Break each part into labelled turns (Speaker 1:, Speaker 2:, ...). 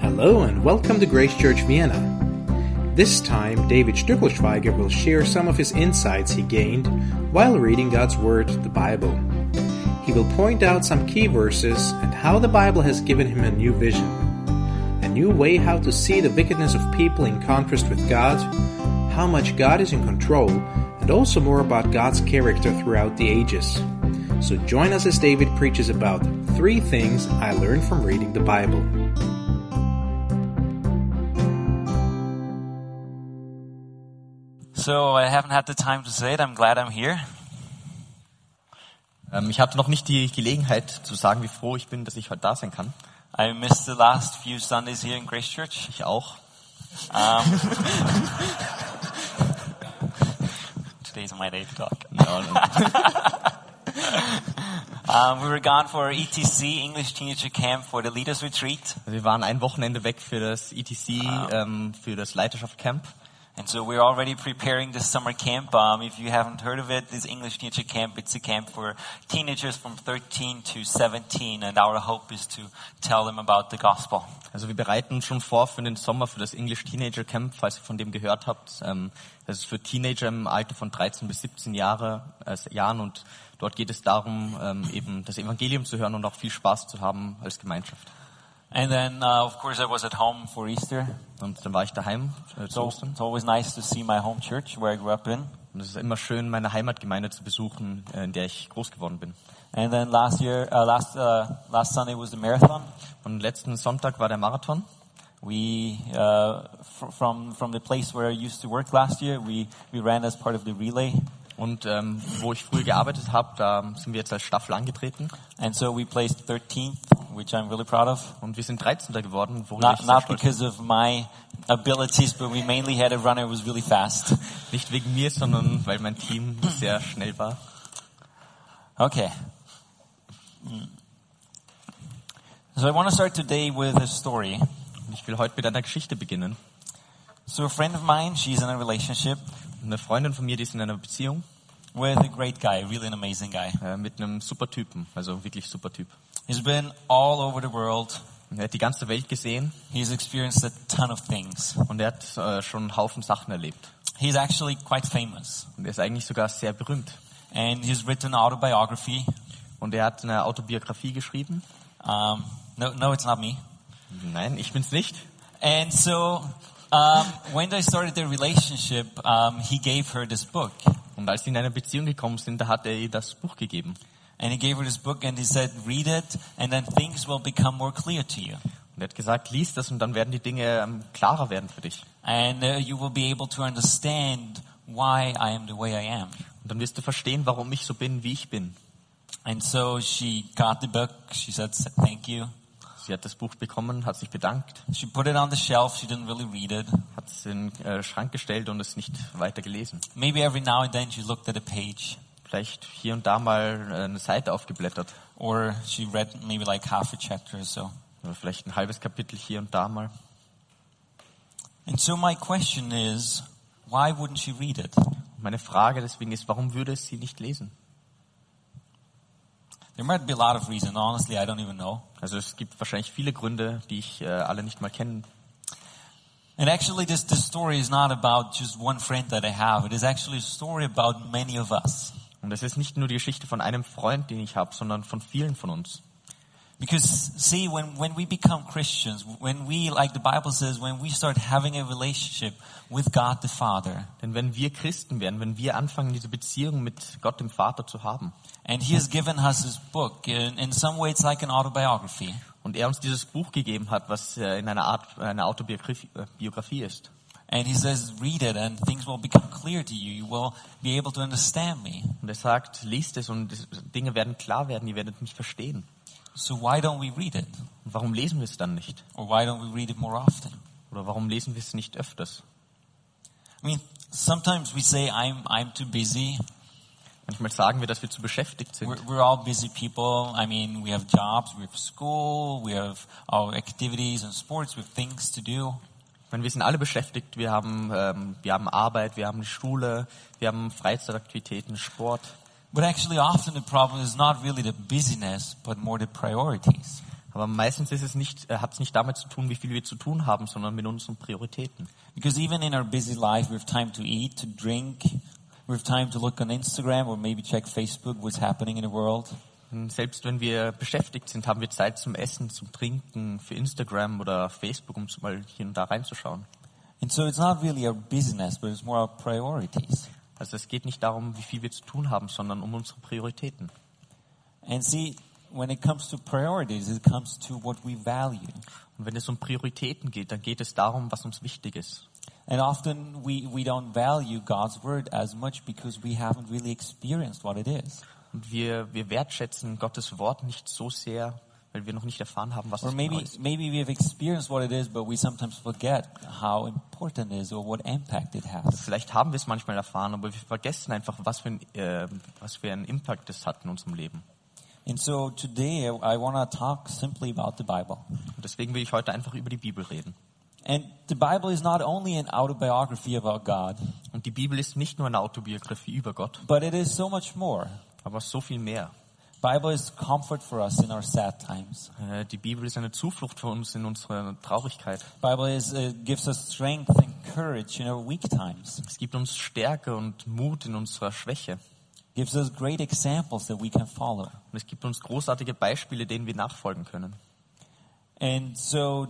Speaker 1: Hello and welcome to Grace Church Vienna. This time, David Stückelschweiger will share some of his insights he gained while reading God's Word, the Bible. He will point out some key verses and how the Bible has given him a new vision, a new way how to see the wickedness of people in contrast with God, how much God is in control, and also more about God's character throughout the ages. So join us as David preaches about three things I learned from reading the Bible.
Speaker 2: So, I haven't had the time to say it. I'm glad I'm here.
Speaker 3: Ähm, ich hatte noch nicht die Gelegenheit zu sagen, wie froh ich bin, dass ich heute da sein kann.
Speaker 2: I missed the last few Sundays here in Grace Church.
Speaker 3: Ich auch.
Speaker 2: Today's my day to talk.
Speaker 3: Ja, also und-
Speaker 2: Um, we were gone for ETC, English Teenager Camp, for the Leaders Retreat.
Speaker 3: wir waren ein Wochenende weg für das ETC, ähm, für das Leiterschaft Camp.
Speaker 2: And so we're already preparing this summer camp. Um, if you haven't heard of it, this English Teenager Camp, it's a camp for teenagers from 13 to 17. And our hope is to tell them about the gospel.
Speaker 3: Also wir bereiten schon vor für den Sommer für das English Teenager Camp, falls ihr von dem gehört habt. Ähm, das ist für Teenager im Alter von 13 bis 17 Jahre, äh, Jahren und dort geht es darum, ähm, eben das Evangelium zu hören und auch viel Spaß zu haben als Gemeinschaft.
Speaker 2: And then, uh, of course, I was at home for Easter.
Speaker 3: Und dann war ich daheim äh, zu
Speaker 2: So
Speaker 3: Ostern.
Speaker 2: it's always nice to see my home church where I grew up in.
Speaker 3: Und es ist immer schön, meine Heimatgemeinde zu besuchen, äh, in der ich groß geworden bin.
Speaker 2: And then last year, uh, last uh, last Sunday was the marathon.
Speaker 3: Und letzten Sonntag war der Marathon.
Speaker 2: We uh, fr- from from the place where I used to work last year, we we ran as part of the relay,
Speaker 3: Und ähm, wo ich früher gearbeitet habe, da sind wir jetzt als Staffel angetreten.
Speaker 2: and so we placed 13th, which I'm really proud of.
Speaker 3: Und wir sind 13. geworden, worüber
Speaker 2: Not
Speaker 3: ich sehr
Speaker 2: not
Speaker 3: stolz
Speaker 2: because of my abilities, but we mainly had a runner who was really fast.
Speaker 3: bin. Nicht wegen mir, sondern weil mein Team sehr schnell war.
Speaker 2: Okay. Mm. So I want to start today with a story.
Speaker 3: Und ich will heute mit einer Geschichte beginnen.
Speaker 2: So a friend of mine, she's in a relationship
Speaker 3: Eine Freundin von mir, die ist in einer Beziehung
Speaker 2: with a great guy, really an amazing guy.
Speaker 3: äh, mit einem super Typen, also wirklich super Typ.
Speaker 2: He's been all over the world.
Speaker 3: Und Er hat die ganze Welt gesehen
Speaker 2: He's experienced a ton of things.
Speaker 3: und er hat äh, schon einen Haufen Sachen erlebt.
Speaker 2: He's actually quite famous.
Speaker 3: Und er ist eigentlich sogar sehr berühmt.
Speaker 2: And he's written an autobiography.
Speaker 3: Und er hat eine Autobiografie geschrieben.
Speaker 2: Um, no, no, it's not me.
Speaker 3: Nein, ich bin's nicht.
Speaker 2: And so um, when they started their relationship, um, he gave her this book.
Speaker 3: Und als sie in eine Beziehung gekommen sind, da hat er ihr das Buch gegeben.
Speaker 2: And he gave her this book and he said, read it and then things will become more clear to you.
Speaker 3: Und er hat gesagt, lies das und dann werden die Dinge ähm, klarer werden für dich.
Speaker 2: And uh, you will be able to understand why I am the way I am.
Speaker 3: Und dann wirst du verstehen, warum ich so bin, wie ich bin.
Speaker 2: And so she got the book. She said, thank you.
Speaker 3: Sie hat das Buch bekommen, hat sich bedankt,
Speaker 2: She put it on the shelf. She didn't really read it.
Speaker 3: hat es in den äh, Schrank gestellt und es nicht weiter gelesen.
Speaker 2: Maybe every now and then she looked at a page.
Speaker 3: Vielleicht hier und da mal äh, eine Seite aufgeblättert.
Speaker 2: or she read maybe like half a chapter or so.
Speaker 3: Oder vielleicht ein halbes Kapitel hier und da mal.
Speaker 2: And so my question is, why wouldn't she read it?
Speaker 3: Meine Frage deswegen ist, warum würde es sie nicht lesen?
Speaker 2: There might be a lot of reasons. Honestly, I don't even know.
Speaker 3: Also es gibt wahrscheinlich viele Gründe, die ich äh, alle nicht mal kenne.
Speaker 2: And actually, this, this story is not about just one friend that I have. It is actually a story about many of us.
Speaker 3: Und es ist nicht nur die Geschichte von einem Freund, den ich habe, sondern von vielen von uns.
Speaker 2: Because see, when, when we become Christians, when we, like the Bible says, when we start having a relationship with God the Father,
Speaker 3: Denn wenn wir Christen werden, wenn wir anfangen, diese Beziehung mit Gott dem Vater zu haben
Speaker 2: and He has given us His book, in, in some way it's like an autobiography.
Speaker 3: und er uns dieses Buch gegeben hat, was äh, in einer Art eine Autobiografie äh, Biografie ist
Speaker 2: And he says, read it and things will become clear to you. You will be able to understand me.
Speaker 3: und er sagt, liest es und es- Dinge werden klar werden, ihr werdet mich verstehen.
Speaker 2: So why don't we read it?
Speaker 3: Und warum lesen wir es dann nicht?
Speaker 2: Or why don't we read it more often?
Speaker 3: Oder warum lesen wir es nicht öfters?
Speaker 2: I mean, sometimes we say, I'm, I'm too busy.
Speaker 3: Manchmal sagen wir, dass wir zu beschäftigt sind.
Speaker 2: We're, we're all busy people. I mean, we have jobs, we have school, we have our activities and sports, we have things to do.
Speaker 3: Ich meine, wir sind alle beschäftigt. Wir haben, ähm, wir haben Arbeit, wir haben die Schule, wir haben Freizeitaktivitäten, Sport.
Speaker 2: But actually, often the problem is not really the busyness, but more the priorities.
Speaker 3: Aber Aber meistens ist es nicht, äh, hat es nicht damit zu tun, wie viel wir zu tun haben, sondern mit unseren Prioritäten.
Speaker 2: Because even in our busy life, we have time to eat, to drink, we have time to look on Instagram or maybe check Facebook, what's happening in the world.
Speaker 3: Und Selbst wenn wir beschäftigt sind, haben wir Zeit zum Essen, zum Trinken, für Instagram oder Facebook, um mal hier und da reinzuschauen.
Speaker 2: And so it's not really our business, but it's more our priorities.
Speaker 3: Also es geht nicht darum, wie viel wir zu tun haben, sondern um unsere Prioritäten.
Speaker 2: And see, when it comes to priorities, it comes to what we value.
Speaker 3: Und wenn es um Prioritäten geht, dann geht es darum, was uns wichtig ist.
Speaker 2: And often we, we don't value God's word as much because we haven't really experienced what it is.
Speaker 3: Und wir, wir wertschätzen Gottes Wort nicht so sehr, weil wir noch nicht erfahren haben, was
Speaker 2: Or
Speaker 3: es genau
Speaker 2: maybe,
Speaker 3: ist.
Speaker 2: maybe we have experienced what it is, but we sometimes forget how important it is or what impact it has.
Speaker 3: Vielleicht haben wir es manchmal erfahren, aber wir vergessen einfach, was für, ein, äh, was für einen Impact es hat in unserem Leben.
Speaker 2: And so today I, I want to talk simply about the Bible.
Speaker 3: Und deswegen will ich heute einfach über die Bibel reden.
Speaker 2: And the Bible is not only an autobiography about God,
Speaker 3: Und die Bibel ist nicht nur eine Autobiografie über Gott,
Speaker 2: but it is so much more.
Speaker 3: aber so viel mehr.
Speaker 2: Bible is comfort for us in our sad times.
Speaker 3: Äh, Die Bibel ist eine Zuflucht für uns in unserer Traurigkeit.
Speaker 2: Bible is uh, gives us strength and courage in our weak times.
Speaker 3: Es gibt uns Stärke und Mut in unserer Schwäche.
Speaker 2: Gives us great examples that we can follow.
Speaker 3: Und es gibt uns großartige Beispiele, denen wir nachfolgen können.
Speaker 2: And so,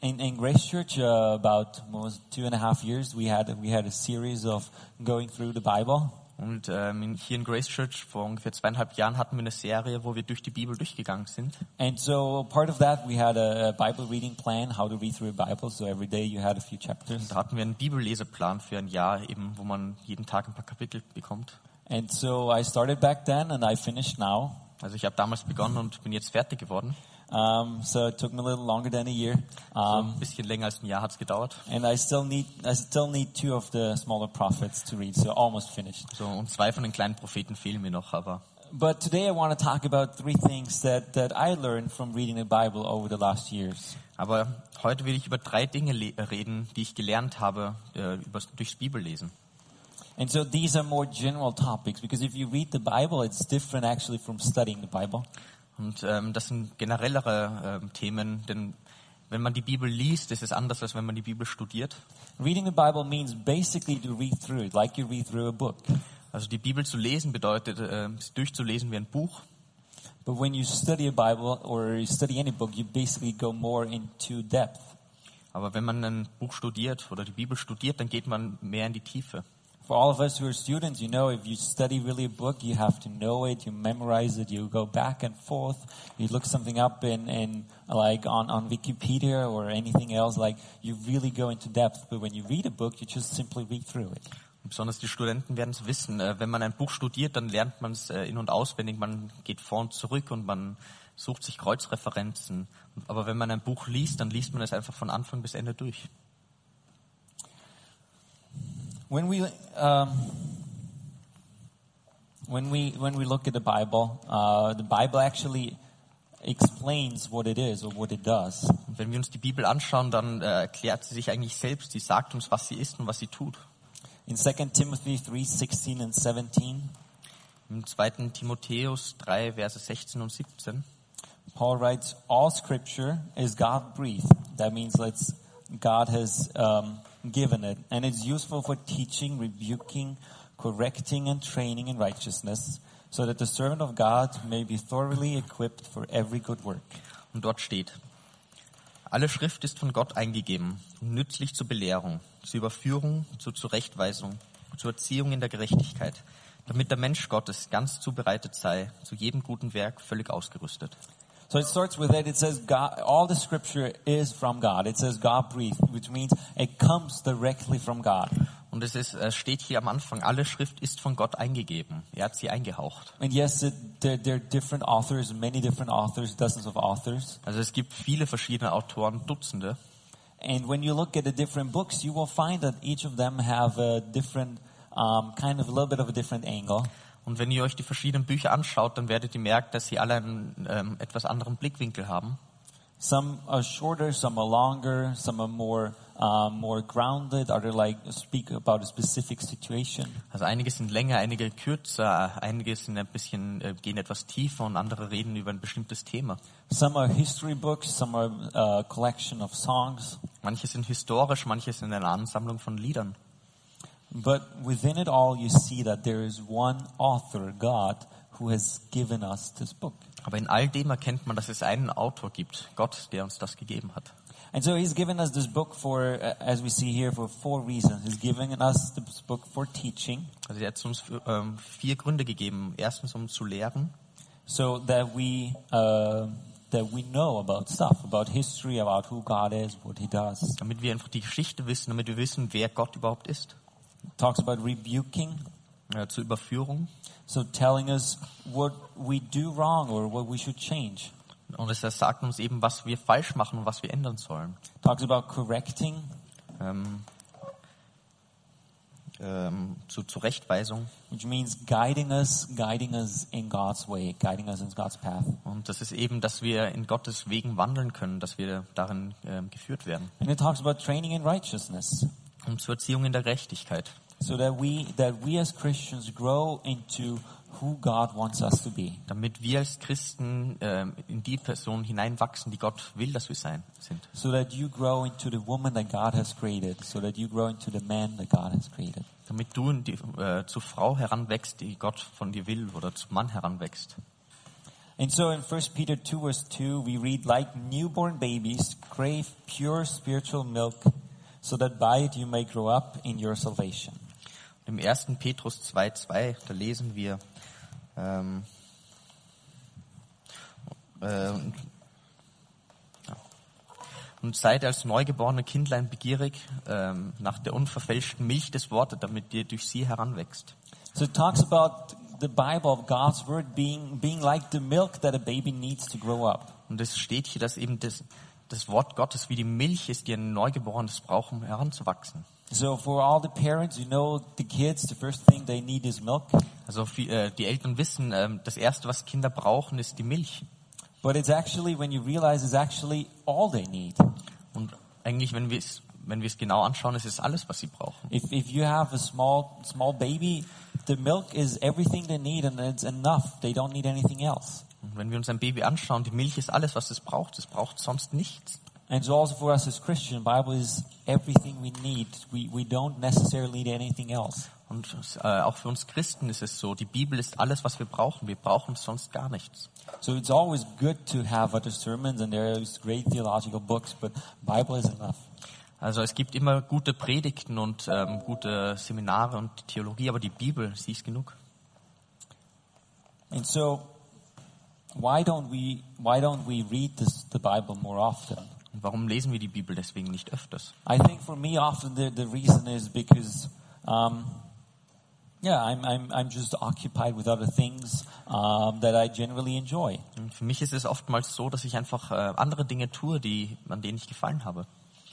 Speaker 2: in, in Grace Church, uh, about what was it, two and a half years, we had we had a series of going through the Bible,
Speaker 3: Und ähm, in- hier in Grace Church vor ungefähr zweieinhalb Jahren hatten wir eine Serie, wo wir durch die Bibel durchgegangen sind.
Speaker 2: and so part of that we had a, a Bible reading plan, how to read through the Bible. So every day you had a few chapters,
Speaker 3: Da hatten wir einen Bibelleseplan für ein Jahr, eben, wo man jeden Tag ein paar Kapitel bekommt.
Speaker 2: and so I started back then, and I finished now.
Speaker 3: Also ich habe damals begonnen und bin jetzt fertig geworden.
Speaker 2: Um, so it took me a little longer than a year,
Speaker 3: So
Speaker 2: um,
Speaker 3: ein bisschen länger als ein Jahr hat es gedauert.
Speaker 2: and I still need I still need two of the smaller prophets to read. So almost finished.
Speaker 3: So, und zwei von den kleinen Propheten fehlen mir noch, aber
Speaker 2: But today I want to talk about three things that that I learned from reading the Bible over the last years.
Speaker 3: Aber heute will ich über drei Dinge le- äh, reden, die ich gelernt habe äh, übers, durchs Bibellesen.
Speaker 2: And so these are more general topics because if you read the Bible, it's different actually from studying the Bible.
Speaker 3: Und ähm, das sind generellere ähm, Themen, denn wenn man die Bibel liest, ist es anders, als wenn man die Bibel studiert.
Speaker 2: Reading the Bible means basically to read through it, like you read through a book.
Speaker 3: Also die Bibel zu lesen bedeutet, äh, sie durchzulesen wie ein Buch.
Speaker 2: But when you study a Bible or you study any book, you basically go more into depth.
Speaker 3: Aber wenn man ein Buch studiert oder die Bibel studiert, dann geht man mehr in die Tiefe.
Speaker 2: For all of us who are students, you know, if you study really a book, you have to know it, you memorize it, you go back and forth, you look something up in, in like on, on Wikipedia or anything else, like you really go into depth. But when you read a book, you just simply read through it.
Speaker 3: Und besonders die Studenten werden es wissen. Äh, wenn man ein Buch studiert, dann lernt man es äh, in- und auswendig. Man geht vor und zurück und man sucht sich Kreuzreferenzen. Aber wenn man ein Buch liest, dann liest man es einfach von Anfang bis Ende durch.
Speaker 2: When we um, when we when we look at the Bible, uh, the Bible actually explains what it is or what it does.
Speaker 3: Und wenn wir uns die Bibel anschauen, dann äh, erklärt sie sich eigentlich selbst. Sie sagt uns, was sie ist und was sie tut.
Speaker 2: In 2 Timothy three sixteen and 17,
Speaker 3: Im 2. Timotheus 3, Verse 16 und 17.
Speaker 2: Paul writes, "All Scripture is God breathed. That means it's God has um, given it, and it's useful for teaching, rebuking, correcting, and training in righteousness." So that the servant of God may be thoroughly equipped for every good work.
Speaker 3: Und dort steht, alle Schrift ist von Gott eingegeben, und nützlich zur Belehrung, zur Überführung, zur Zurechtweisung, zur Erziehung in der Gerechtigkeit, damit der Mensch Gottes ganz zubereitet sei, zu jedem guten Werk völlig ausgerüstet.
Speaker 2: So it starts with it. It says God, all the scripture is from God. It says God breathed, which means it comes directly from God.
Speaker 3: Und es ist, äh, steht hier am Anfang, alle Schrift ist von Gott eingegeben. Er hat sie eingehaucht.
Speaker 2: And yes, it, there, there are different authors, many different authors, dozens of authors.
Speaker 3: Also es gibt viele verschiedene Autoren, Dutzende.
Speaker 2: And when you look at the different books, you will find that each of them have a different, um, kind of a little bit of a different angle.
Speaker 3: Und wenn ihr euch die verschiedenen Bücher anschaut, dann werdet ihr merken, dass sie alle einen ähm, etwas anderen Blickwinkel haben.
Speaker 2: Some are shorter, some are longer, some are more um, more grounded? Are they like speak about a specific situation?
Speaker 3: Also einige sind länger, einige kürzer, einige sind ein bisschen äh, gehen etwas tiefer und andere reden über ein bestimmtes Thema.
Speaker 2: Some are history books, some are uh, collection of songs.
Speaker 3: Manche sind historisch, manche sind eine Ansammlung von Liedern.
Speaker 2: But within it all, you see that there is one author, God, who has given us this book.
Speaker 3: Aber in all dem erkennt man, dass es einen Autor gibt, Gott, der uns das gegeben hat.
Speaker 2: And so he's given us this book for, uh, as we see here, for four reasons. He's given us this book for teaching,
Speaker 3: Also er hat uns ähm, vier Gründe gegeben. Erstens, um zu lehren,
Speaker 2: so that we uh, that we know about stuff, about history, about who God is, what He does.
Speaker 3: damit wir einfach die Geschichte wissen, damit wir wissen, wer Gott überhaupt ist.
Speaker 2: Talks about rebuking,
Speaker 3: Ja, zur Überführung.
Speaker 2: so telling us what we do wrong or what we should change.
Speaker 3: Und es sagt uns eben, was wir falsch machen und was wir ändern sollen.
Speaker 2: Talks about correcting,
Speaker 3: Ähm, ähm, zu Zurechtweisung.
Speaker 2: which means guiding us, guiding us in God's way, guiding us in God's path.
Speaker 3: Und das ist eben, dass wir in Gottes Wegen wandeln können, dass wir darin ähm, geführt werden.
Speaker 2: And it talks about training in righteousness,
Speaker 3: Und zur Erziehung in der Gerechtigkeit.
Speaker 2: so that we that we as Christians grow into who God wants us to be.
Speaker 3: Damit wir als Christen ähm, in die Person hineinwachsen, die Gott will, dass wir sein sind.
Speaker 2: So that you grow into the woman that God has created, so that you grow into the man that God has created.
Speaker 3: Damit du in die, äh, zur Frau heranwächst, die Gott von dir will, oder zum Mann heranwächst.
Speaker 2: And so in 1 Peter 2 verse 2, we read, like newborn babies, crave pure spiritual milk, so that by it you may grow up in your salvation.
Speaker 3: Im 1. Petrus 2,2, da lesen wir, ähm, äh, und- ja. und seid als neugeborene Kindlein begierig ähm, nach der unverfälschten Milch des Wortes, damit ihr durch sie heranwächst.
Speaker 2: So it talks about the Bible of God's word being, being like the milk that a baby needs to grow up.
Speaker 3: Und es steht hier, dass eben das, das Wort Gottes wie die Milch ist, die ein Neugeborenes braucht, um heranzuwachsen.
Speaker 2: So for all the parents, you know, the kids, the first thing they need is milk.
Speaker 3: Also viel, äh, die Eltern wissen, ähm, das Erste, was Kinder brauchen, ist die Milch.
Speaker 2: But it's actually, when you realize, it's actually all they need.
Speaker 3: Und eigentlich, wenn wir es wenn wir es genau anschauen, ist es alles, was sie brauchen.
Speaker 2: If, if you have a small small baby, the milk is everything they need and it's enough. They don't need anything else.
Speaker 3: Und wenn wir uns ein Baby anschauen, die Milch ist alles, was es braucht. Es braucht sonst nichts.
Speaker 2: And so also for us as Christian, Bible is everything we need. We, we don't necessarily need anything else.
Speaker 3: Und äh, auch für uns Christen ist es so, die Bibel ist alles, was wir brauchen. Wir brauchen sonst gar nichts.
Speaker 2: So it's always good to have other sermons and there's great theological books, but Bible is enough.
Speaker 3: Also es gibt immer gute Predigten und ähm, gute Seminare und Theologie, aber die Bibel, sie ist genug.
Speaker 2: And so why don't we why don't we read this, the Bible more often?
Speaker 3: Und warum lesen wir die Bibel deswegen nicht öfters?
Speaker 2: I think for me, often the, the reason is because, um, yeah, I'm, I'm, I'm just occupied with other things um, that I generally enjoy.
Speaker 3: Und für mich ist es oftmals so, dass ich einfach äh, andere Dinge tue, die, an denen ich gefallen habe.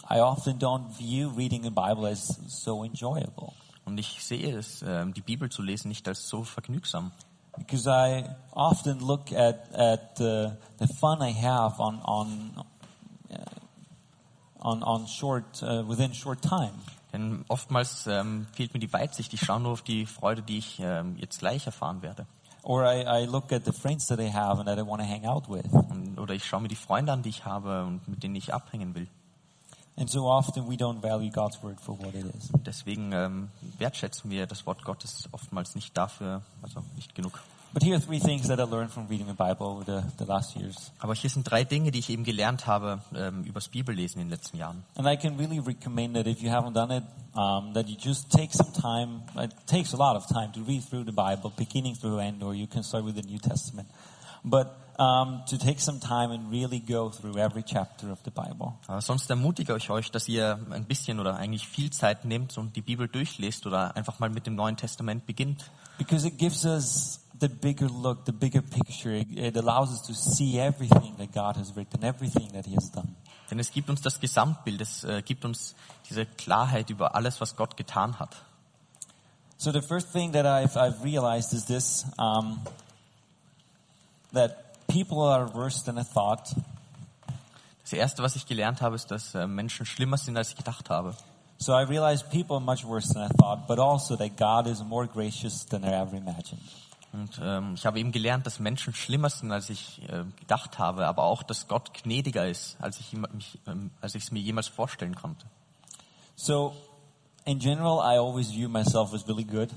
Speaker 2: I often don't view reading the Bible as so enjoyable
Speaker 3: Und ich sehe es, ähm, die Bibel zu lesen, nicht als so vergnügsam.
Speaker 2: because I often look at, at the, the fun I have on, on, uh, on, on short, uh, within short time.
Speaker 3: Denn oftmals ähm, fehlt mir die Weitsicht. Ich schaue nur auf die Freude, die ich ähm, jetzt gleich erfahren werde.
Speaker 2: Or I, I look at the friends that I have and that I want to hang out with.
Speaker 3: Und, oder ich schaue mir die Freunde an, die ich habe und mit denen ich abhängen will.
Speaker 2: And so often we don't value God's word for what it is.
Speaker 3: Und deswegen ähm, wertschätzen wir das Wort Gottes oftmals nicht dafür, also nicht genug.
Speaker 2: But here are three things that I learned from reading the Bible over the, the last years.
Speaker 3: Aber hier sind drei Dinge, die ich eben gelernt habe ähm, übers Bibellesen in den letzten Jahren.
Speaker 2: And I can really recommend that if you haven't done it, um, that you just take some time. It takes a lot of time to read through the Bible, beginning through end, or you can start with the New Testament. But um, to take some time and really go through every chapter of the Bible.
Speaker 3: Aber sonst ermutige ich euch, dass ihr ein bisschen oder eigentlich viel Zeit nehmt und die Bibel durchlest oder einfach mal mit dem Neuen Testament beginnt.
Speaker 2: Because it gives us the bigger look, the bigger picture. It, it allows us to see everything that God has written, everything that He has done.
Speaker 3: Denn es gibt uns das Gesamtbild, es äh, gibt uns diese Klarheit über alles, was Gott getan hat.
Speaker 2: So the first thing that I've, I've realized is this, um, that people are worse than I thought.
Speaker 3: Das Das Erste, was ich gelernt habe, ist, dass äh, Menschen schlimmer sind, als ich gedacht habe.
Speaker 2: So I realized people are much worse than I thought, but also that God is more gracious than I ever imagined.
Speaker 3: Und ähm, ich habe eben gelernt, dass Menschen schlimmer sind, als ich äh, gedacht habe, aber auch, dass Gott gnädiger ist, als ich ihm- mich, ähm, als ich es mir jemals vorstellen konnte.
Speaker 2: So, in general, I always view myself as really good.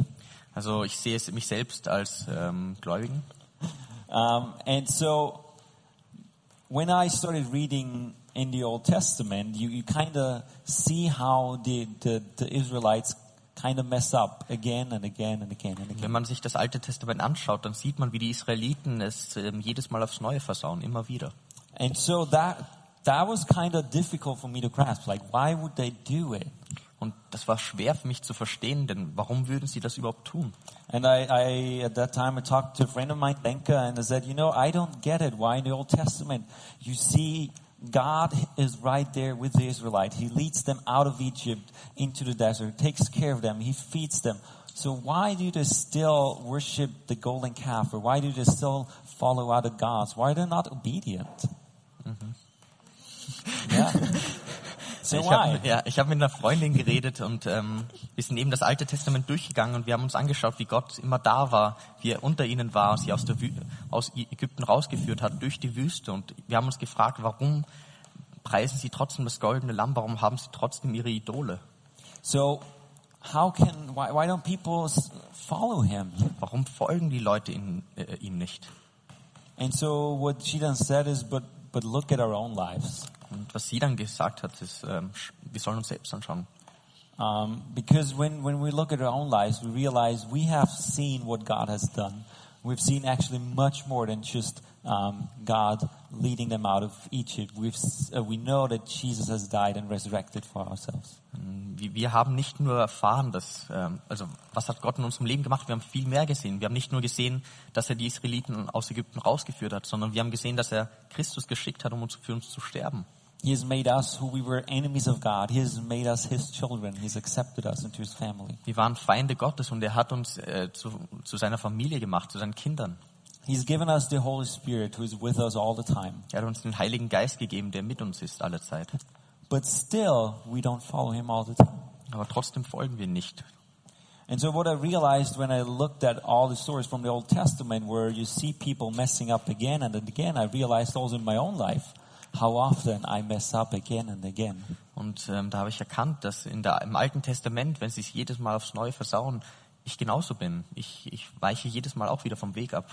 Speaker 3: Also ich sehe es mich selbst als ähm, Gläubigen.
Speaker 2: Um, and so, when I started reading in the Old Testament, you, you kind of see how the, the, the Israelites kind of mess up again and again and again and again.
Speaker 3: Wenn man sich das Alte Testament anschaut, dann sieht man, wie die Israeliten es ähm, jedes Mal aufs Neue versauen, immer wieder.
Speaker 2: And so that that was kind of difficult for me to grasp. Like, why would they do it?
Speaker 3: Und das war schwer für mich zu verstehen, denn warum würden sie das überhaupt tun?
Speaker 2: And I, I at that time I talked to a friend of mine, Lenka, and I said, you know, I don't get it. Why in the Old Testament you see God is right there with the Israelite. He leads them out of Egypt into the desert, takes care of them, he feeds them. So why do they still worship the golden calf, or why do they still follow other gods? Why are they not obedient? Yeah. so
Speaker 3: ich
Speaker 2: why?
Speaker 3: habe ja, ich hab mit einer Freundin geredet und ähm, wir sind eben das Alte Testament durchgegangen und wir haben uns angeschaut, wie Gott immer da war, wie er unter ihnen war, sie aus, der Wü aus Ä- Ägypten rausgeführt hat, durch die Wüste. Und wir haben uns gefragt, warum preisen sie trotzdem das goldene Lamm, warum haben sie trotzdem ihre Idole?
Speaker 2: So, how can why, why don't people s- follow him?
Speaker 3: Warum folgen die Leute ihnen, äh, ihm nicht?
Speaker 2: And so, what she then said is, but but look at our own lives,
Speaker 3: Und was sie dann gesagt hat, ist, ähm, sch- wir sollen uns selbst anschauen.
Speaker 2: um, because when when we look at our own lives, we realize we have seen what God has done. We've seen actually much more than just um, God leading them out of Egypt. We've s- uh, we know that Jesus has died and resurrected for ourselves.
Speaker 3: Wir wir haben nicht nur erfahren, dass, ähm, also was hat Gott in unserem Leben gemacht, wir haben viel mehr gesehen. Wir haben nicht nur gesehen, dass er die Israeliten aus Ägypten rausgeführt hat, sondern wir haben gesehen, dass er Christus geschickt hat, um uns, für uns zu sterben.
Speaker 2: He has made us who we were enemies of God. He has made us His children. He's accepted us into His family.
Speaker 3: Wir waren Feinde Gottes und er hat uns äh, zu, zu seiner Familie gemacht, zu seinen Kindern.
Speaker 2: He's given us the Holy Spirit who is with us all the time.
Speaker 3: Er hat uns den Heiligen Geist gegeben, der mit uns ist alle Zeit.
Speaker 2: But still, we don't follow him all the time.
Speaker 3: Aber trotzdem folgen wir nicht.
Speaker 2: And so, what I realized when I looked at all the stories from the Old Testament where you see people messing up again and then again, I realized also in my own life how often I mess up again and again.
Speaker 3: Und ähm, da habe ich erkannt, dass in der, im Alten Testament, wenn sie es jedes Mal aufs Neue versauen, ich genauso bin. Ich, ich weiche jedes Mal auch wieder vom Weg ab.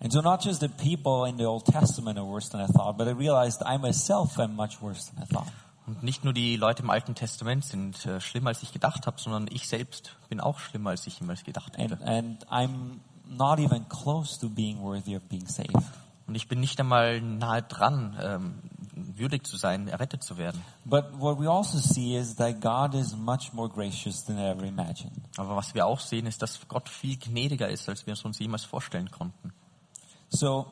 Speaker 2: And so, not just the people in the Old Testament are worse than I thought, but I realized I myself am much worse than I thought.
Speaker 3: Und nicht nur die Leute im Alten Testament sind äh, schlimmer, als ich gedacht habe, sondern ich selbst bin auch schlimmer, als ich jemals gedacht
Speaker 2: And,
Speaker 3: hätte.
Speaker 2: and I'm not even close to being worthy of being saved.
Speaker 3: Und ich bin nicht einmal nahe dran, ähm, würdig zu sein, errettet zu werden.
Speaker 2: But what we also see is that God is much more gracious than I ever imagined.
Speaker 3: Aber was wir auch sehen, ist, dass Gott viel gnädiger ist, als wir es uns jemals vorstellen konnten.
Speaker 2: So,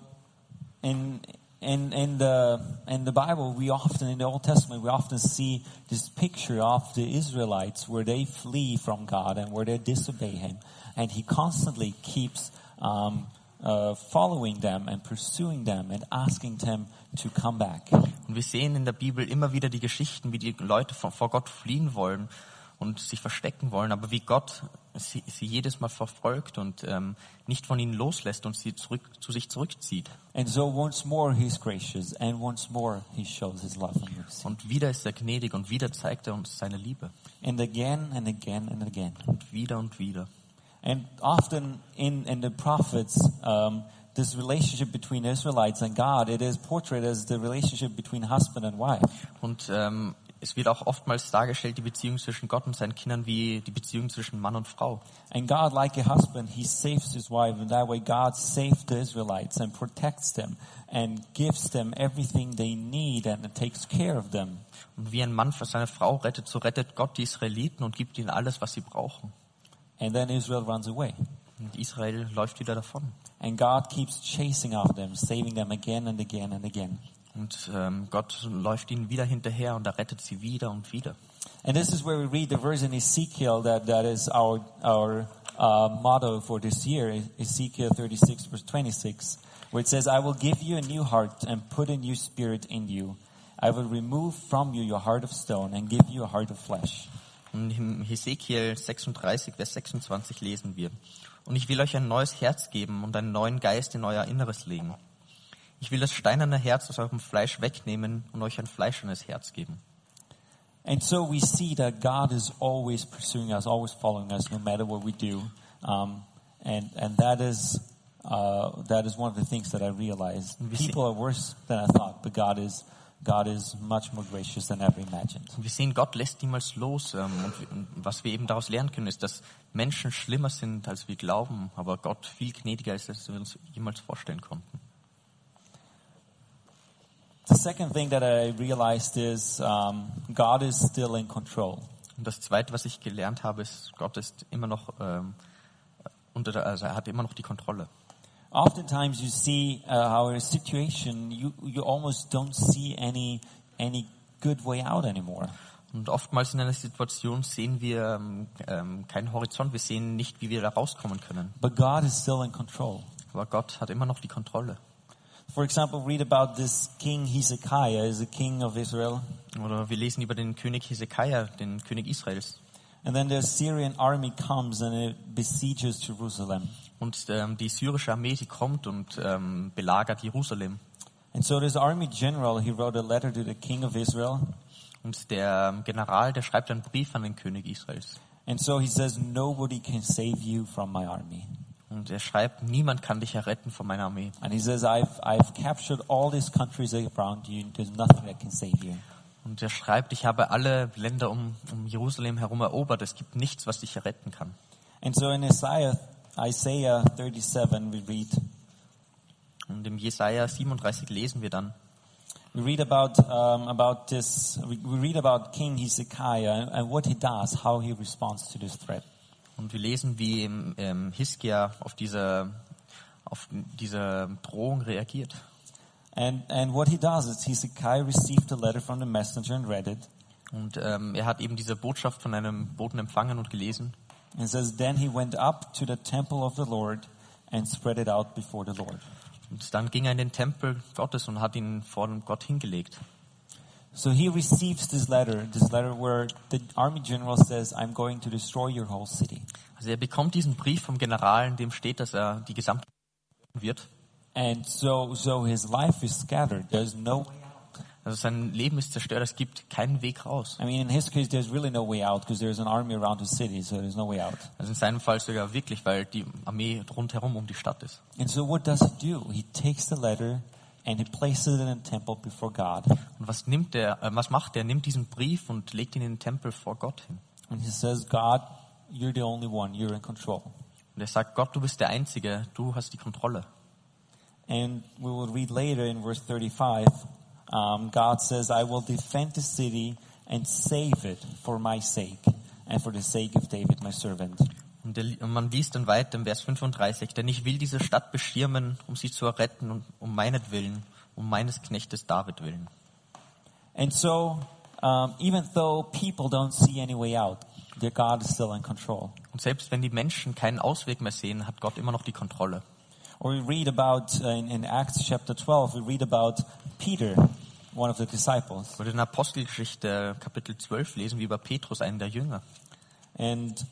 Speaker 2: in in in the in the Bible, we often in the Old Testament we often see this picture of the Israelites where they flee from God and where they disobey Him, and He constantly keeps um, uh, following them and pursuing them and asking them to come back.
Speaker 3: Und wir sehen in der Bibel immer wieder die Geschichten, wie die Leute vor, vor Gott fliehen wollen und sich verstecken wollen, aber wie Gott sie, sie jedes Mal verfolgt und ähm, nicht von ihnen loslässt und sie zurück, zu sich zurückzieht.
Speaker 2: And so once more He's gracious, and once more He shows His love and mercy,
Speaker 3: Und wieder ist er gnädig und wieder zeigt er uns seine Liebe.
Speaker 2: and again and again and again.
Speaker 3: Und wieder und wieder.
Speaker 2: And often in, in the prophets, um, this relationship between Israelites and God, it is portrayed as the relationship between husband and wife.
Speaker 3: Und ähm, es wird auch oftmals dargestellt, die Beziehung zwischen Gott und seinen Kindern wie die Beziehung zwischen Mann und Frau.
Speaker 2: And God, like a husband, he saves his wife, and that way God saved the Israelites and protects them and gives them everything they need and takes care of them.
Speaker 3: Und wie ein Mann für seine Frau rettet, so rettet Gott die Israeliten und gibt ihnen alles, was sie brauchen.
Speaker 2: And then Israel runs away.
Speaker 3: Und Israel läuft wieder davon.
Speaker 2: And God keeps chasing after them, saving them again and again and again.
Speaker 3: Und ähm, Gott läuft ihnen wieder hinterher und er rettet sie wieder und wieder.
Speaker 2: And this is where we read the verse in Ezekiel that, that is our, our uh, motto for this year, E-, Ezekiel 36, verse 26, where it says, I will give you a new heart and put a new spirit in you. I will remove from you your heart of stone and give you a heart of flesh.
Speaker 3: Und in Hesekiel 36, Vers 26 lesen wir. Und ich will euch ein neues Herz geben und einen neuen Geist in euer Inneres legen. Ich will das steinerne Herz aus eurem Fleisch wegnehmen und euch ein fleischernes Herz geben.
Speaker 2: And so we see that God is always pursuing us, always following us, no matter what we do. Um, and and that is uh, that is one of the things that I realized.
Speaker 3: We see-
Speaker 2: People are worse than I thought, but God is God is much more gracious than ever imagined.
Speaker 3: Und wir sehen, Gott lässt niemals los. ähm, Und wir- und was wir eben daraus lernen können, ist, dass Menschen schlimmer sind, als wir glauben, aber Gott viel gnädiger ist, als wir uns jemals vorstellen konnten.
Speaker 2: The second thing that I realized is um, God is still in control.
Speaker 3: Und das Zweite, was ich gelernt habe, ist, Gott ist immer noch ähm, unter der, also er hat immer noch die Kontrolle.
Speaker 2: Oftentimes, you see uh, our situation. You you almost don't see any any good way out anymore.
Speaker 3: Und oftmals in einer Situation sehen wir ähm, ähm, keinen Horizont, wir sehen nicht, wie wir da rauskommen können.
Speaker 2: But God is still in control.
Speaker 3: Aber Gott hat immer noch die Kontrolle.
Speaker 2: For example, read about this king Hezekiah, is a king of Israel,
Speaker 3: Oder wir lesen über den König Hesekiah, den König Israels.
Speaker 2: and then the Assyrian army comes and it besieges Jerusalem.
Speaker 3: Und ähm, die syrische Armee, die kommt und ähm, belagert Jerusalem.
Speaker 2: And so this army general, he wrote a letter to the king of Israel,
Speaker 3: Und der ähm, General, der schreibt einen Brief an den König Israels.
Speaker 2: and so he says, "Nobody can save you from my army."
Speaker 3: Und er schreibt, niemand kann dich erretten von meiner Armee.
Speaker 2: And he says, "I've I've captured all these countries around you. And there's nothing that can save you."
Speaker 3: Und er schreibt, ich habe alle Länder um, um Jerusalem herum erobert. Es gibt nichts, was dich erretten kann.
Speaker 2: And so in Isaiah Isaiah 37, we read
Speaker 3: Und im Jesaja 37 lesen wir dann,
Speaker 2: We read about um, about this. We, we read about King Hezekiah and, and what he does, how he responds to this threat.
Speaker 3: Und wir lesen, wie ähm, ähm, Hiskia auf diese, auf diese Drohung reagiert.
Speaker 2: And and what he does is Hezekiah received a letter from the messenger and read it,
Speaker 3: Und ähm, er hat eben diese Botschaft von einem Boten empfangen und gelesen.
Speaker 2: and it says then he went up to the temple of the Lord and spread it out before the Lord.
Speaker 3: Und dann ging er in den Tempel Gottes und hat ihn vor dem Gott hingelegt.
Speaker 2: So he receives this letter, this letter where the army general says, "I'm going to destroy your whole city,"
Speaker 3: Also er bekommt diesen Brief vom General, in dem steht, dass er die gesamte wird.
Speaker 2: and so so his life is scattered. There's no.
Speaker 3: Also sein Leben ist zerstört, es gibt keinen Weg raus.
Speaker 2: I mean, in his case, there's really no way out because there's an army around the city, so there's no way out.
Speaker 3: Also in seinem Fall sogar wirklich, weil die Armee rundherum um die Stadt ist.
Speaker 2: And so what does he do? He takes the letter and he places it in a temple before God.
Speaker 3: Und was nimmt er, äh, was macht er? Er nimmt diesen Brief und legt ihn in den Tempel vor Gott hin.
Speaker 2: And he says, God, you're the only one, you're in control.
Speaker 3: Und er sagt, Gott, du bist der Einzige, du hast die Kontrolle.
Speaker 2: And we will read later in verse 35, um, God says, I will defend the city and save it for my sake and for the sake of David, my servant.
Speaker 3: Und, der, und man liest dann weiter im Vers 35, denn ich will diese Stadt beschirmen, um sie zu erretten, und um meinetwillen, um meines Knechtes David willen.
Speaker 2: And so, um, even though people don't see any way out, their God is still in control.
Speaker 3: Und selbst wenn die Menschen keinen Ausweg mehr sehen, hat Gott immer noch die Kontrolle.
Speaker 2: Or we read about uh, in, in Acts chapter 12, we read about Peter, one of the disciples.
Speaker 3: Oder in Apostelgeschichte äh, Kapitel 12 lesen wir über Petrus, einen der Jünger.
Speaker 2: And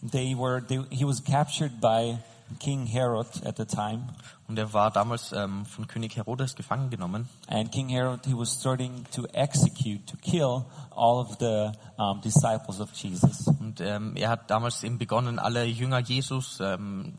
Speaker 2: they were, they, he was captured by King Herod at the time.
Speaker 3: Und er war damals ähm, von König Herodes gefangen genommen.
Speaker 2: And King Herod, he was starting to execute, to kill all of the um, disciples of Jesus.
Speaker 3: Und ähm, er hat damals eben begonnen, alle Jünger Jesus ähm,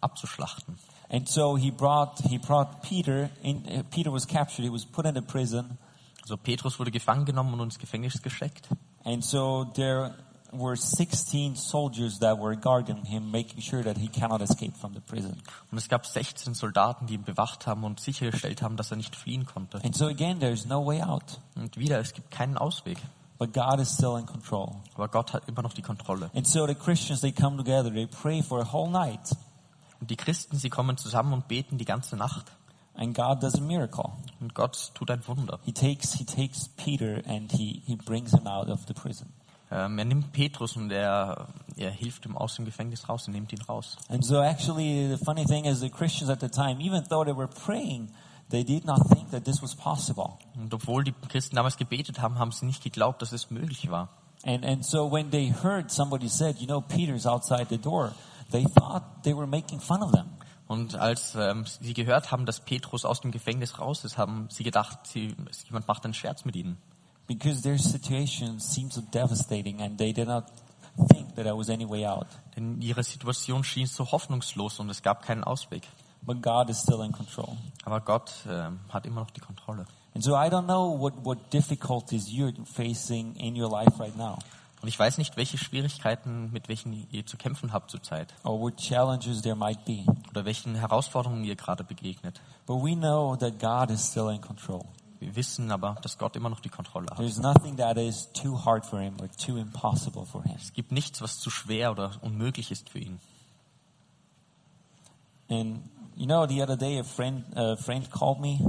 Speaker 3: abzuschlachten.
Speaker 2: And so he brought, he brought Peter, in, uh, Peter was captured, he was put in a prison.
Speaker 3: Also Petrus wurde gefangen genommen und ins Gefängnis gesteckt.
Speaker 2: And so there were 16 soldiers that were guarding him, making sure that he cannot escape from the prison.
Speaker 3: Und es gab 16 Soldaten, die ihn bewacht haben und sichergestellt haben, dass er nicht fliehen konnte.
Speaker 2: And so again, there's no way out.
Speaker 3: Und wieder, es gibt keinen Ausweg.
Speaker 2: But God is still in control.
Speaker 3: Aber Gott hat immer noch die Kontrolle.
Speaker 2: And so the Christians, they come together, they pray for a whole night,
Speaker 3: Und die Christen, sie kommen zusammen und beten die ganze Nacht.
Speaker 2: and God does a miracle.
Speaker 3: Und Gott tut ein Wunder.
Speaker 2: He takes, he takes Peter and he, he brings him out of the prison.
Speaker 3: Ähm, er nimmt Petrus und er, er hilft ihm aus dem Gefängnis raus, er nimmt ihn raus.
Speaker 2: And so actually, the funny thing is the Christians at the time, even though they were praying, They did not think that this was possible.
Speaker 3: Und obwohl die Christen damals gebetet haben, haben sie nicht geglaubt, dass es möglich war.
Speaker 2: And, and so when they heard somebody said, you know, Peter's outside the door, they thought they were making fun of them.
Speaker 3: Und als ähm, sie gehört haben, dass Petrus aus dem Gefängnis raus ist, haben sie gedacht, sie, jemand macht einen Scherz mit ihnen.
Speaker 2: Because their situation seemed so devastating and they did not think that there was any way out.
Speaker 3: Denn ihre Situation schien so hoffnungslos und es gab keinen Ausweg.
Speaker 2: But God is still in control.
Speaker 3: Aber Gott ähm, hat immer noch die Kontrolle.
Speaker 2: And so I don't know what, what difficulties you're facing in your life right now
Speaker 3: Und ich weiß nicht, welche Schwierigkeiten, mit welchen ihr zu kämpfen habt zurzeit
Speaker 2: or what challenges there might be.
Speaker 3: oder welchen Herausforderungen ihr gerade begegnet.
Speaker 2: But we know that God is still in control.
Speaker 3: Wir wissen aber, dass Gott immer noch die Kontrolle hat.
Speaker 2: There's nothing that is too hard for him or too impossible for him.
Speaker 3: Es gibt nichts, was zu schwer oder unmöglich ist für ihn.
Speaker 2: And you know, the other day a friend, a friend called me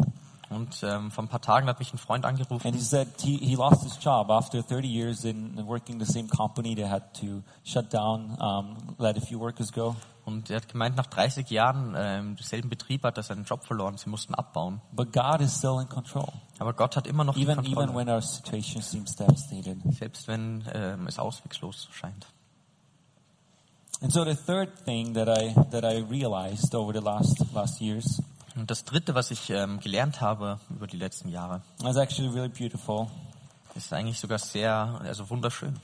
Speaker 3: Und ähm, vor ein paar Tagen hat mich ein Freund angerufen
Speaker 2: and he said he, he lost his job after 30 years in working the same company. They had to shut down, um, let a few workers go.
Speaker 3: und er hat gemeint, nach 30 Jahren äh, im selben Betrieb hat er seinen Job verloren, sie mussten abbauen.
Speaker 2: But God is still in control,
Speaker 3: Aber Gott hat immer noch die
Speaker 2: even even
Speaker 3: Kontrolle,
Speaker 2: when our situation seems devastated.
Speaker 3: selbst wenn ähm, es ausweglos scheint.
Speaker 2: And so the third thing that I that I realized over the last last years
Speaker 3: Und das Dritte, was ich ähm, gelernt habe über die letzten Jahre,
Speaker 2: was actually really beautiful
Speaker 3: ist eigentlich sogar sehr, also wunderschön.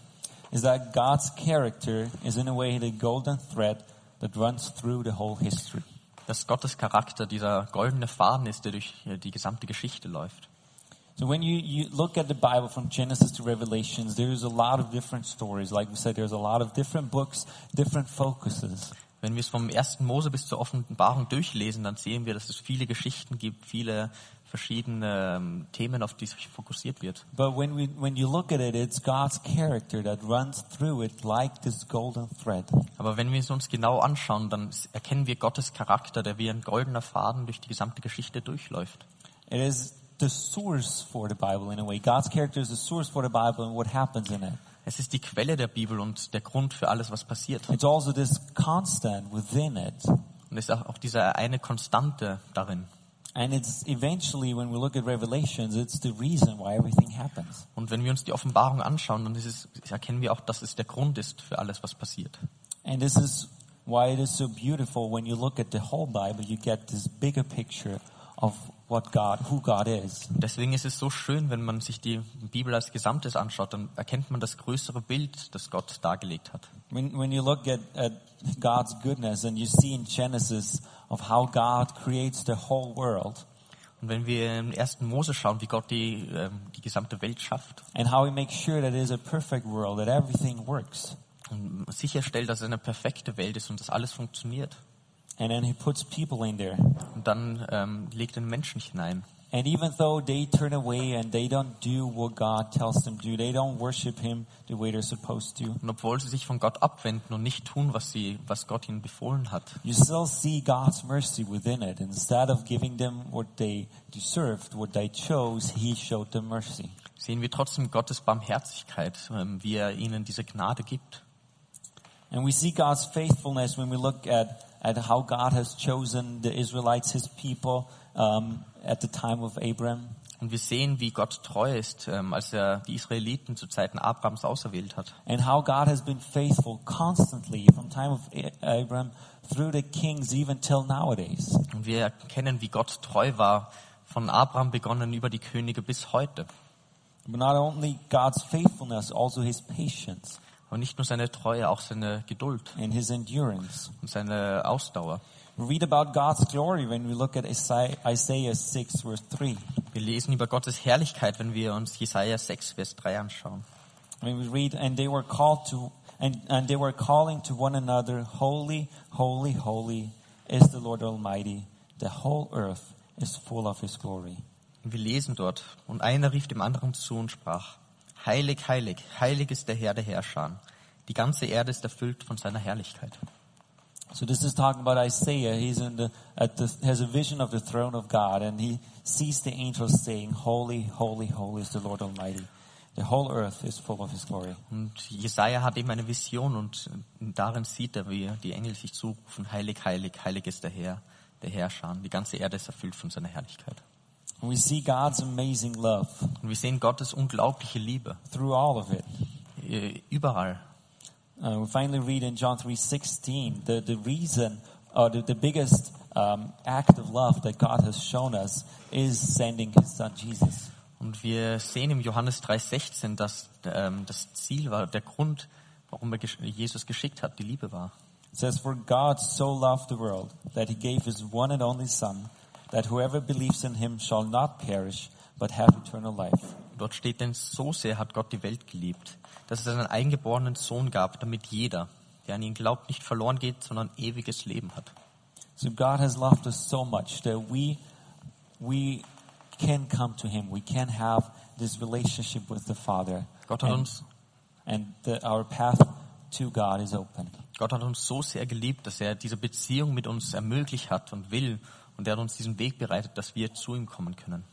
Speaker 2: is that God's character is in a way the golden thread that runs through the whole history.
Speaker 3: dass Gottes Charakter dieser goldene Faden ist, der durch äh, die gesamte Geschichte läuft.
Speaker 2: So when you, you look at the Bible from Genesis to Revelations, there's a lot of different stories. Like we said, there's a lot of different books, different focuses.
Speaker 3: Wenn wir es vom ersten Mose bis zur Offenbarung durchlesen, dann sehen wir, dass es viele Geschichten gibt, viele verschiedene ähm, Themen, auf die sich fokussiert wird.
Speaker 2: But when we when you look at it, it's God's character that runs through it like this golden thread.
Speaker 3: Aber wenn wir es uns genau anschauen, dann s- erkennen wir Gottes Charakter, der wie ein goldener Faden durch die gesamte Geschichte durchläuft.
Speaker 2: It is the source for the Bible in a way. God's character is the source for the Bible and what happens in it.
Speaker 3: Es ist die Quelle der Bibel und der Grund für alles, was passiert.
Speaker 2: It's also this constant within it.
Speaker 3: Und es ist auch- auch diese eine Konstante darin.
Speaker 2: And it's eventually, when we look at Revelations, it's the reason why everything happens.
Speaker 3: Und wenn wir uns die Offenbarung anschauen, dann ist es, erkennen wir auch, dass es der Grund ist für alles, was passiert.
Speaker 2: And this is why it is so beautiful when you look at the whole Bible, you get this bigger picture of what God, who God is.
Speaker 3: Und deswegen ist es so schön, wenn man sich die Bibel als Gesamtes anschaut, dann erkennt man das größere Bild, das Gott dargelegt hat.
Speaker 2: When, when you look at, at God's goodness and you see in Genesis of how God creates the whole world
Speaker 3: Und wenn wir im ersten Mose schauen, wie Gott die, ähm, die gesamte Welt schafft
Speaker 2: and how He makes sure that it is a perfect world, that everything works.
Speaker 3: und sicherstellt, dass es eine perfekte Welt ist und dass alles funktioniert.
Speaker 2: And then He puts people in there.
Speaker 3: Und dann ähm, legt den Menschen hinein.
Speaker 2: And even though they turn away and they don't do what God tells them to do, they don't worship Him the way they're supposed to,
Speaker 3: Und obwohl sie sich von Gott abwenden und nicht tun, was, sie, was Gott ihnen befohlen hat,
Speaker 2: you still see God's mercy within it. Instead of giving them what they deserved, what they chose, He showed them mercy.
Speaker 3: sehen wir trotzdem Gottes Barmherzigkeit, ähm, wie er ihnen diese Gnade gibt.
Speaker 2: And we see God's faithfulness when we look at, at how God has chosen the Israelites, His people, um, at the time of Abram.
Speaker 3: Und wir sehen, wie Gott treu ist, ähm, als er die Israeliten zu Zeiten Abrahams auserwählt hat.
Speaker 2: And how God has been faithful constantly from time of A- Abram through the kings even till nowadays.
Speaker 3: Und wir erkennen, wie Gott treu war, von Abraham begonnen über die Könige bis heute.
Speaker 2: But not only God's faithfulness, also his patience
Speaker 3: Und nicht nur seine Treue, auch seine Geduld
Speaker 2: and his endurance.
Speaker 3: und seine Ausdauer.
Speaker 2: We read about God's glory when we look at Isai- Isaiah 6, verse 3.
Speaker 3: Wir lesen über Gottes Herrlichkeit, wenn wir uns Jesaja 6, Vers 3 anschauen.
Speaker 2: When we read, and they were called to, and, and they were calling to one another, Holy, holy, holy is the Lord Almighty. The whole earth is full of his glory.
Speaker 3: Und wir lesen dort, und einer rief dem anderen zu und sprach, Heilig, heilig, heilig ist der Herr der Herrscher. Die ganze Erde ist erfüllt von seiner Herrlichkeit.
Speaker 2: So this is talking about Isaiah. He's in the, at the, has a vision of the throne of God, and he sees the angels saying, "Holy, holy, holy is the Lord Almighty. The whole earth is full of His glory."
Speaker 3: Und Jesaja hat eben eine Vision und darin sieht er, wie die Engel sich zurufen, heilig, heilig, heilig ist der Herr, der Herrscher. Die ganze Erde ist erfüllt von seiner Herrlichkeit.
Speaker 2: And we see God's amazing love
Speaker 3: Und wir sehen Gottes unglaubliche Liebe
Speaker 2: through all of it.
Speaker 3: äh, überall.
Speaker 2: Uh, we finally read in John 3:16 the, the reason or the, the biggest um, act of love that God has shown us is sending his son Jesus.
Speaker 3: Und wir sehen im Johannes 3,16, dass ähm, das Ziel war, der Grund, warum er gesch- Jesus geschickt hat, die Liebe war.
Speaker 2: It says, For God so loved the world that he gave his one and only Son, that whoever believes in him shall not perish, but have eternal life.
Speaker 3: Dort steht denn, so sehr hat Gott die Welt geliebt, dass es seinen eingeborenen Sohn gab, damit jeder, der an ihn glaubt, nicht verloren geht, sondern ewiges Leben hat.
Speaker 2: So God has loved us so much that we, we can come to him. We can have this relationship with the Father.
Speaker 3: Gott hat
Speaker 2: And-
Speaker 3: uns,
Speaker 2: And the, our path to God is open.
Speaker 3: Gott hat uns so sehr geliebt, dass er diese Beziehung mit uns ermöglicht hat und will. Und er hat uns diesen Weg bereitet, dass wir zu ihm kommen können.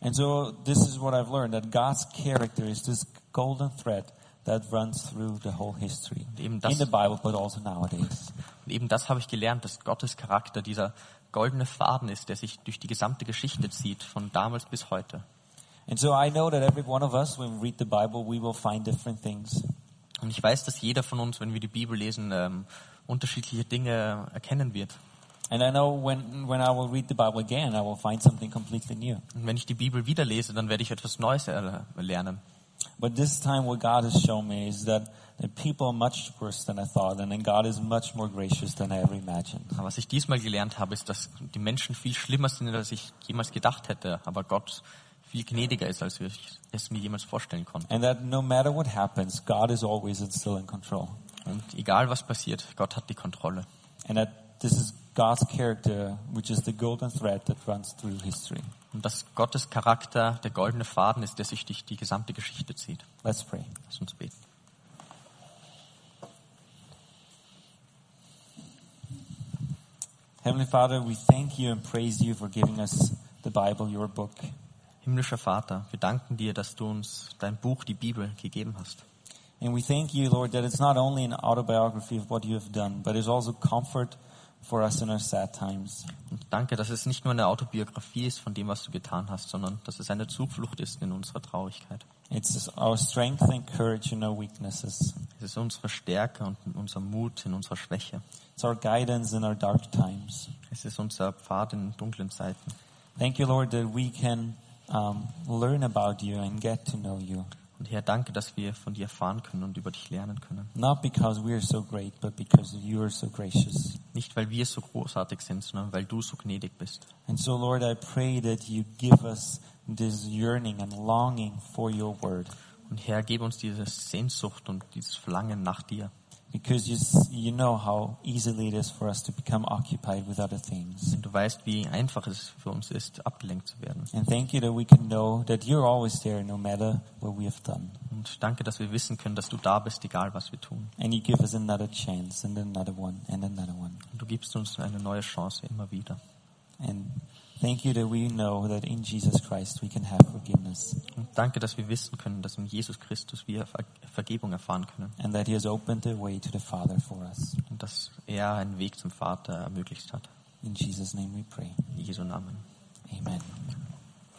Speaker 2: And so this is what I've learned that God's character is this golden thread that runs through the whole history
Speaker 3: Eben
Speaker 2: in
Speaker 3: das-
Speaker 2: the Bible, but also nowadays.
Speaker 3: Und eben das habe ich gelernt, dass Gottes Charakter dieser goldene Faden ist, der sich durch die gesamte Geschichte zieht, von damals bis heute.
Speaker 2: And so I know that every one of us, when we read the Bible, we will find different things.
Speaker 3: Und ich weiß, dass jeder von uns, wenn wir die Bibel lesen, ähm, unterschiedliche Dinge erkennen wird.
Speaker 2: And I know when, when I will read the Bible again, I will find something completely new.
Speaker 3: Und wenn ich die Bibel wieder lese, dann werde ich etwas Neues erl- lernen.
Speaker 2: But this time, what God has shown me is that, that people are much worse than I thought, and then God is much more gracious than I ever imagined.
Speaker 3: Aber was ich diesmal gelernt habe, ist, dass die Menschen viel schlimmer sind, als ich jemals gedacht hätte. Aber Gott viel gnädiger ist, als ich es mir jemals vorstellen konnte.
Speaker 2: And that no matter what happens, God is always and still in control.
Speaker 3: Und egal was passiert, Gott hat die Kontrolle.
Speaker 2: And that this is God's character, which is the golden thread that runs through history.
Speaker 3: Und dass Gottes Charakter der goldene Faden ist, der sich durch die gesamte Geschichte zieht.
Speaker 2: Let's pray.
Speaker 3: Lass uns beten.
Speaker 2: Heavenly Father, we thank you and praise you for giving us the Bible, your book.
Speaker 3: Himmlischer Vater, wir danken dir, dass du uns dein Buch, die Bibel, gegeben hast.
Speaker 2: And we thank you, Lord, that it's not only an autobiography of what you have done, but it's also comfort for us in our sad times.
Speaker 3: Und danke, dass es nicht nur eine Autobiografie ist von dem, was du getan hast, sondern dass es eine Zuflucht ist in unserer Traurigkeit.
Speaker 2: It's our strength and courage in our weaknesses.
Speaker 3: Es ist unsere Stärke und unser Mut in unserer Schwäche.
Speaker 2: It's our guidance in our dark times.
Speaker 3: Es ist unser Pfad in dunklen Zeiten.
Speaker 2: Thank you, Lord, that we can um, learn about you and get to know you.
Speaker 3: Und Herr, danke, dass wir von dir erfahren können und über dich lernen können.
Speaker 2: Not because we are so great, but because you are so gracious.
Speaker 3: Nicht, weil wir so großartig sind, sondern weil du so gnädig bist.
Speaker 2: And so, Lord, I pray that you give us this yearning and longing for your word.
Speaker 3: Und Herr, gib uns diese Sehnsucht und dieses Verlangen nach dir.
Speaker 2: Because you, s- you know how easily it is for us to become occupied with other things.
Speaker 3: Denn du weißt, wie einfach es für uns ist, abgelenkt zu werden.
Speaker 2: And thank you that we can know that you're always there no matter what we have done.
Speaker 3: Und danke, dass wir wissen können, dass du da bist, egal was wir tun.
Speaker 2: And you give us another chance and another one and another one.
Speaker 3: Und du gibst uns eine neue Chance immer wieder.
Speaker 2: And thank you that we know that in Jesus Christ we can have forgiveness
Speaker 3: Und danke, dass wir wissen können, dass in Jesus Christus wir Ver Vergebung erfahren können.
Speaker 2: and that He has opened the way to the Father for us.
Speaker 3: Und dass er einen Weg zum Vater ermöglicht hat.
Speaker 2: In Jesus' name we pray.
Speaker 3: In Jesu Namen.
Speaker 2: Amen.